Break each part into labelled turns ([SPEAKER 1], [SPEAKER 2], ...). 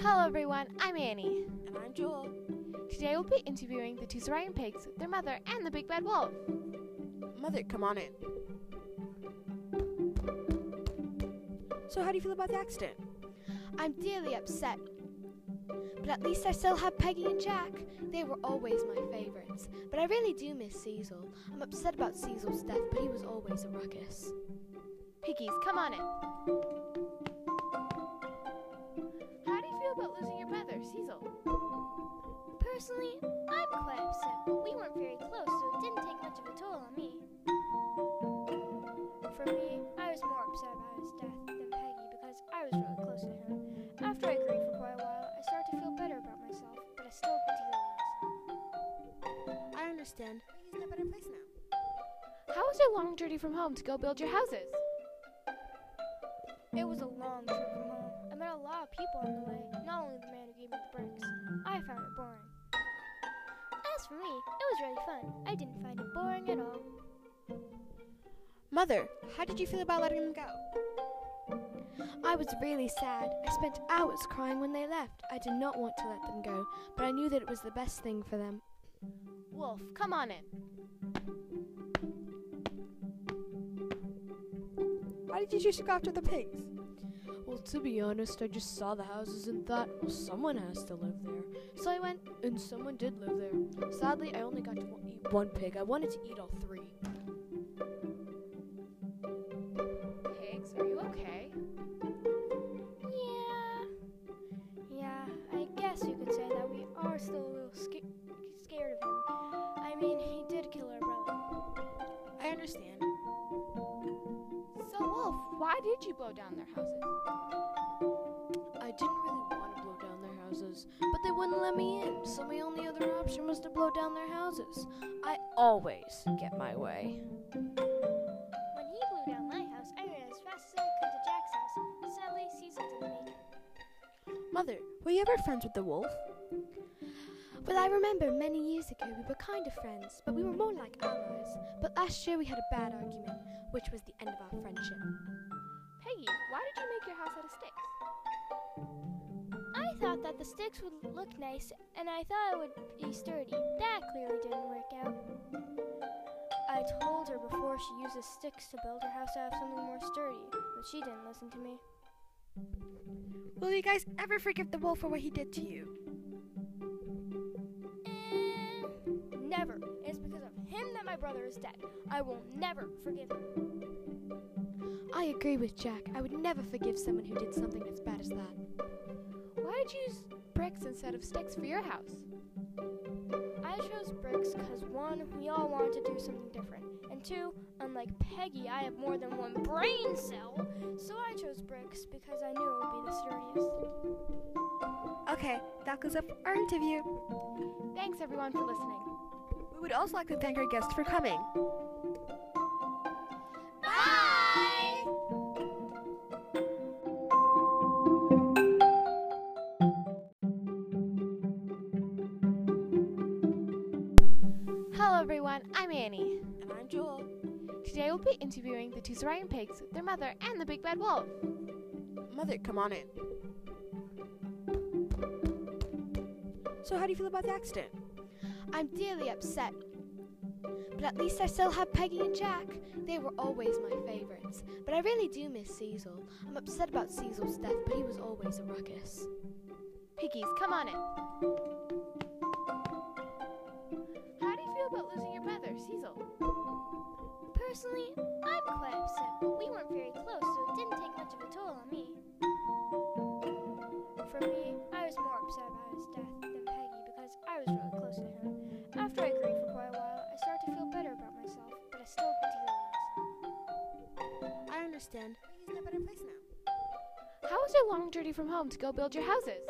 [SPEAKER 1] Hello everyone, I'm Annie.
[SPEAKER 2] And I'm Joel.
[SPEAKER 1] Today we'll be interviewing the two Saurian pigs, their mother, and the big bad wolf.
[SPEAKER 2] Mother, come on in. So, how do you feel about the accident?
[SPEAKER 3] I'm dearly upset. But at least I still have Peggy and Jack. They were always my favorites. But I really do miss Cecil. I'm upset about Cecil's death, but he was always a ruckus.
[SPEAKER 1] Piggies, come on in. How do you feel about losing your brother, Cecil?
[SPEAKER 4] Personally, I'm quite upset, but we weren't very close, so it didn't take much of a toll on me. For me, I was more upset about his death than Peggy because I was really close to him. After I grieved for quite a while, I started to feel better about myself, but I still particularly miss
[SPEAKER 2] I understand. He's in a better place now.
[SPEAKER 1] How was your long journey from home to go build your houses?
[SPEAKER 4] him. It was a long trip from home. I met a lot of people on the way, not only the man who gave me the bricks. I found it boring. As for me, it was really fun. I didn't find it boring at all.
[SPEAKER 2] Mother, how did you feel about letting him go?
[SPEAKER 3] I was really sad. I spent hours crying when they left. I did not want to let them go, but I knew that it was the best thing for them.
[SPEAKER 1] Wolf, come on in.
[SPEAKER 2] Why did you choose to go after the pigs?
[SPEAKER 5] Well, to be honest, I just saw the houses and thought, well, someone has to live there. So I went, and someone did live there. Sadly, I only got to wa- eat one pig. I wanted to eat all three.
[SPEAKER 1] Pigs, are you okay?
[SPEAKER 4] Yeah. Yeah, I guess you could say that we are still a little sca- scared of him. I mean, he did kill our brother.
[SPEAKER 2] I understand.
[SPEAKER 1] So, Wolf, why did you blow down their houses?
[SPEAKER 5] I didn't really want to blow down their houses, but they wouldn't let me in, so my only other option was to blow down their houses. I always get my way.
[SPEAKER 4] When he blew down my house, I ran as fast as I could to Jack's house. Sadly, Cecil didn't make it.
[SPEAKER 2] Mother, were you ever friends with the wolf?
[SPEAKER 3] Well, I remember many years ago we were kind of friends, but we were more like allies. But last year we had a bad argument, which was the end of our friendship.
[SPEAKER 1] Peggy, why did you make your house out of sticks?
[SPEAKER 4] I thought that the sticks would look nice, and I thought it would be sturdy. That clearly didn't work out. I told her before she uses sticks to build her house out of something more sturdy, but she didn't listen to me.
[SPEAKER 2] Will you guys ever forgive the wolf for what he did to you?
[SPEAKER 4] Never. It's because of him that my brother is dead. I will never forgive him.
[SPEAKER 3] I agree with Jack. I would never forgive someone who did something as bad as that.
[SPEAKER 1] Why did you use bricks instead of sticks for your house?
[SPEAKER 4] I chose bricks because one, we all wanted to do something different, and two, unlike Peggy, I have more than one brain cell, so I chose bricks because I knew it would be the sturdiest.
[SPEAKER 2] Okay, that goes up for our interview.
[SPEAKER 1] Thanks everyone for listening.
[SPEAKER 2] We would also like to thank our guests for coming.
[SPEAKER 1] Hello everyone, I'm Annie.
[SPEAKER 2] And I'm Joel.
[SPEAKER 1] Today we'll be interviewing the two Saurian pigs, their mother, and the big bad wolf.
[SPEAKER 2] Mother, come on in. So, how do you feel about the accident?
[SPEAKER 3] I'm dearly upset. But at least I still have Peggy and Jack. They were always my favorites. But I really do miss Cecil. I'm upset about Cecil's death, but he was always a ruckus.
[SPEAKER 1] Piggies, come on in. How do you feel about losing your brother, Cecil?
[SPEAKER 4] Personally, I'm quite upset, but we weren't very close, so it didn't take much of a toll on me. For me, I was more upset about his death than Peggy because I was really close to him. After I grieved for quite a while, I started to feel better about myself, but I still particularly miss him.
[SPEAKER 2] I understand. He's in a better place now.
[SPEAKER 1] How was your long journey from home to go build your houses?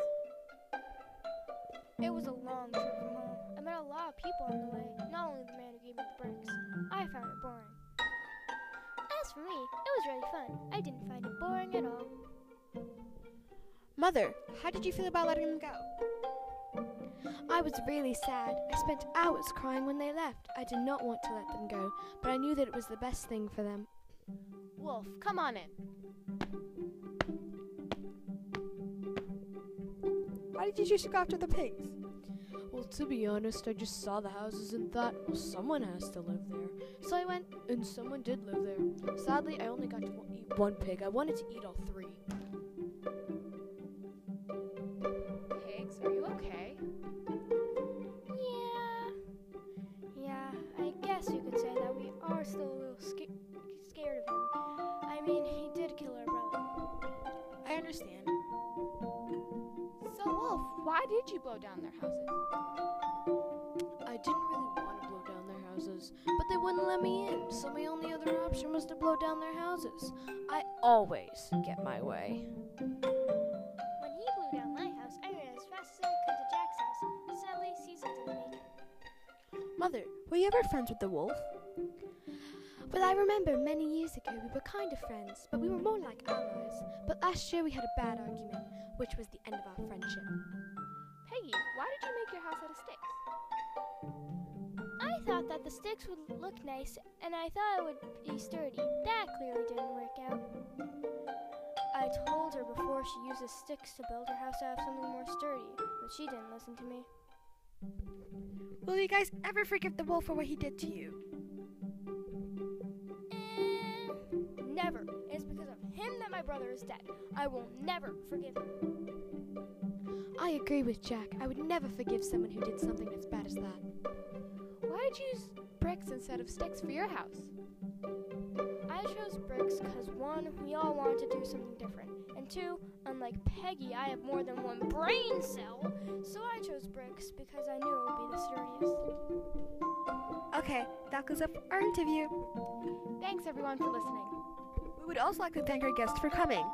[SPEAKER 4] It was a long trip from home. I met a lot of people on the way, not only the man who gave me the bricks. I found it boring. As for me, it was really fun. I didn't find it boring at all.
[SPEAKER 2] Mother, how did you feel about letting him go?
[SPEAKER 3] I was really sad. I spent hours crying when they left. I did not want to let them go, but I knew that it was the best thing for them.
[SPEAKER 1] Wolf, come on in.
[SPEAKER 2] Why did you just go after the pigs?
[SPEAKER 5] Well, to be honest, I just saw the houses and thought, well, someone has to live there. So I went, and someone did live there. Sadly, I only got to wa- eat one pig. I wanted to eat all three.
[SPEAKER 1] Pigs, are you okay?
[SPEAKER 4] Yeah. Yeah, I guess you could say that we are still a little sca- scared of him. I mean, he did kill our brother.
[SPEAKER 2] I understand.
[SPEAKER 1] So, Wolf, why did you blow down their houses?
[SPEAKER 5] I didn't really want to blow down their houses, but they wouldn't let me in. So my only other option was to blow down their houses. I always get my way.
[SPEAKER 4] When he blew down my house, I ran as fast as I could to Jack's house. Sadly, Cecil didn't make it.
[SPEAKER 2] Mother, were you ever friends with the wolf?
[SPEAKER 3] Well, I remember many years ago we were kind of friends, but we were more like allies. But last year we had a bad argument, which was the end of our friendship.
[SPEAKER 1] Peggy, why did you make your house out of sticks?
[SPEAKER 4] I thought that the sticks would look nice, and I thought it would be sturdy. That clearly didn't work out. I told her before she uses sticks to build her house out of something more sturdy, but she didn't listen to me.
[SPEAKER 2] Will you guys ever forgive the wolf for what he did to you?
[SPEAKER 4] Never. It's because of him that my brother is dead. I will never forgive him.
[SPEAKER 3] I agree with Jack. I would never forgive someone who did something as bad as that.
[SPEAKER 1] Why did you use bricks instead of sticks for your house?
[SPEAKER 4] I chose bricks because one, we all wanted to do something different, and two, unlike Peggy, I have more than one brain cell, so I chose bricks because I knew it would be the sturdiest.
[SPEAKER 2] Okay, that goes up for our interview.
[SPEAKER 1] Thanks everyone for listening.
[SPEAKER 2] We would also like to thank our guests for coming.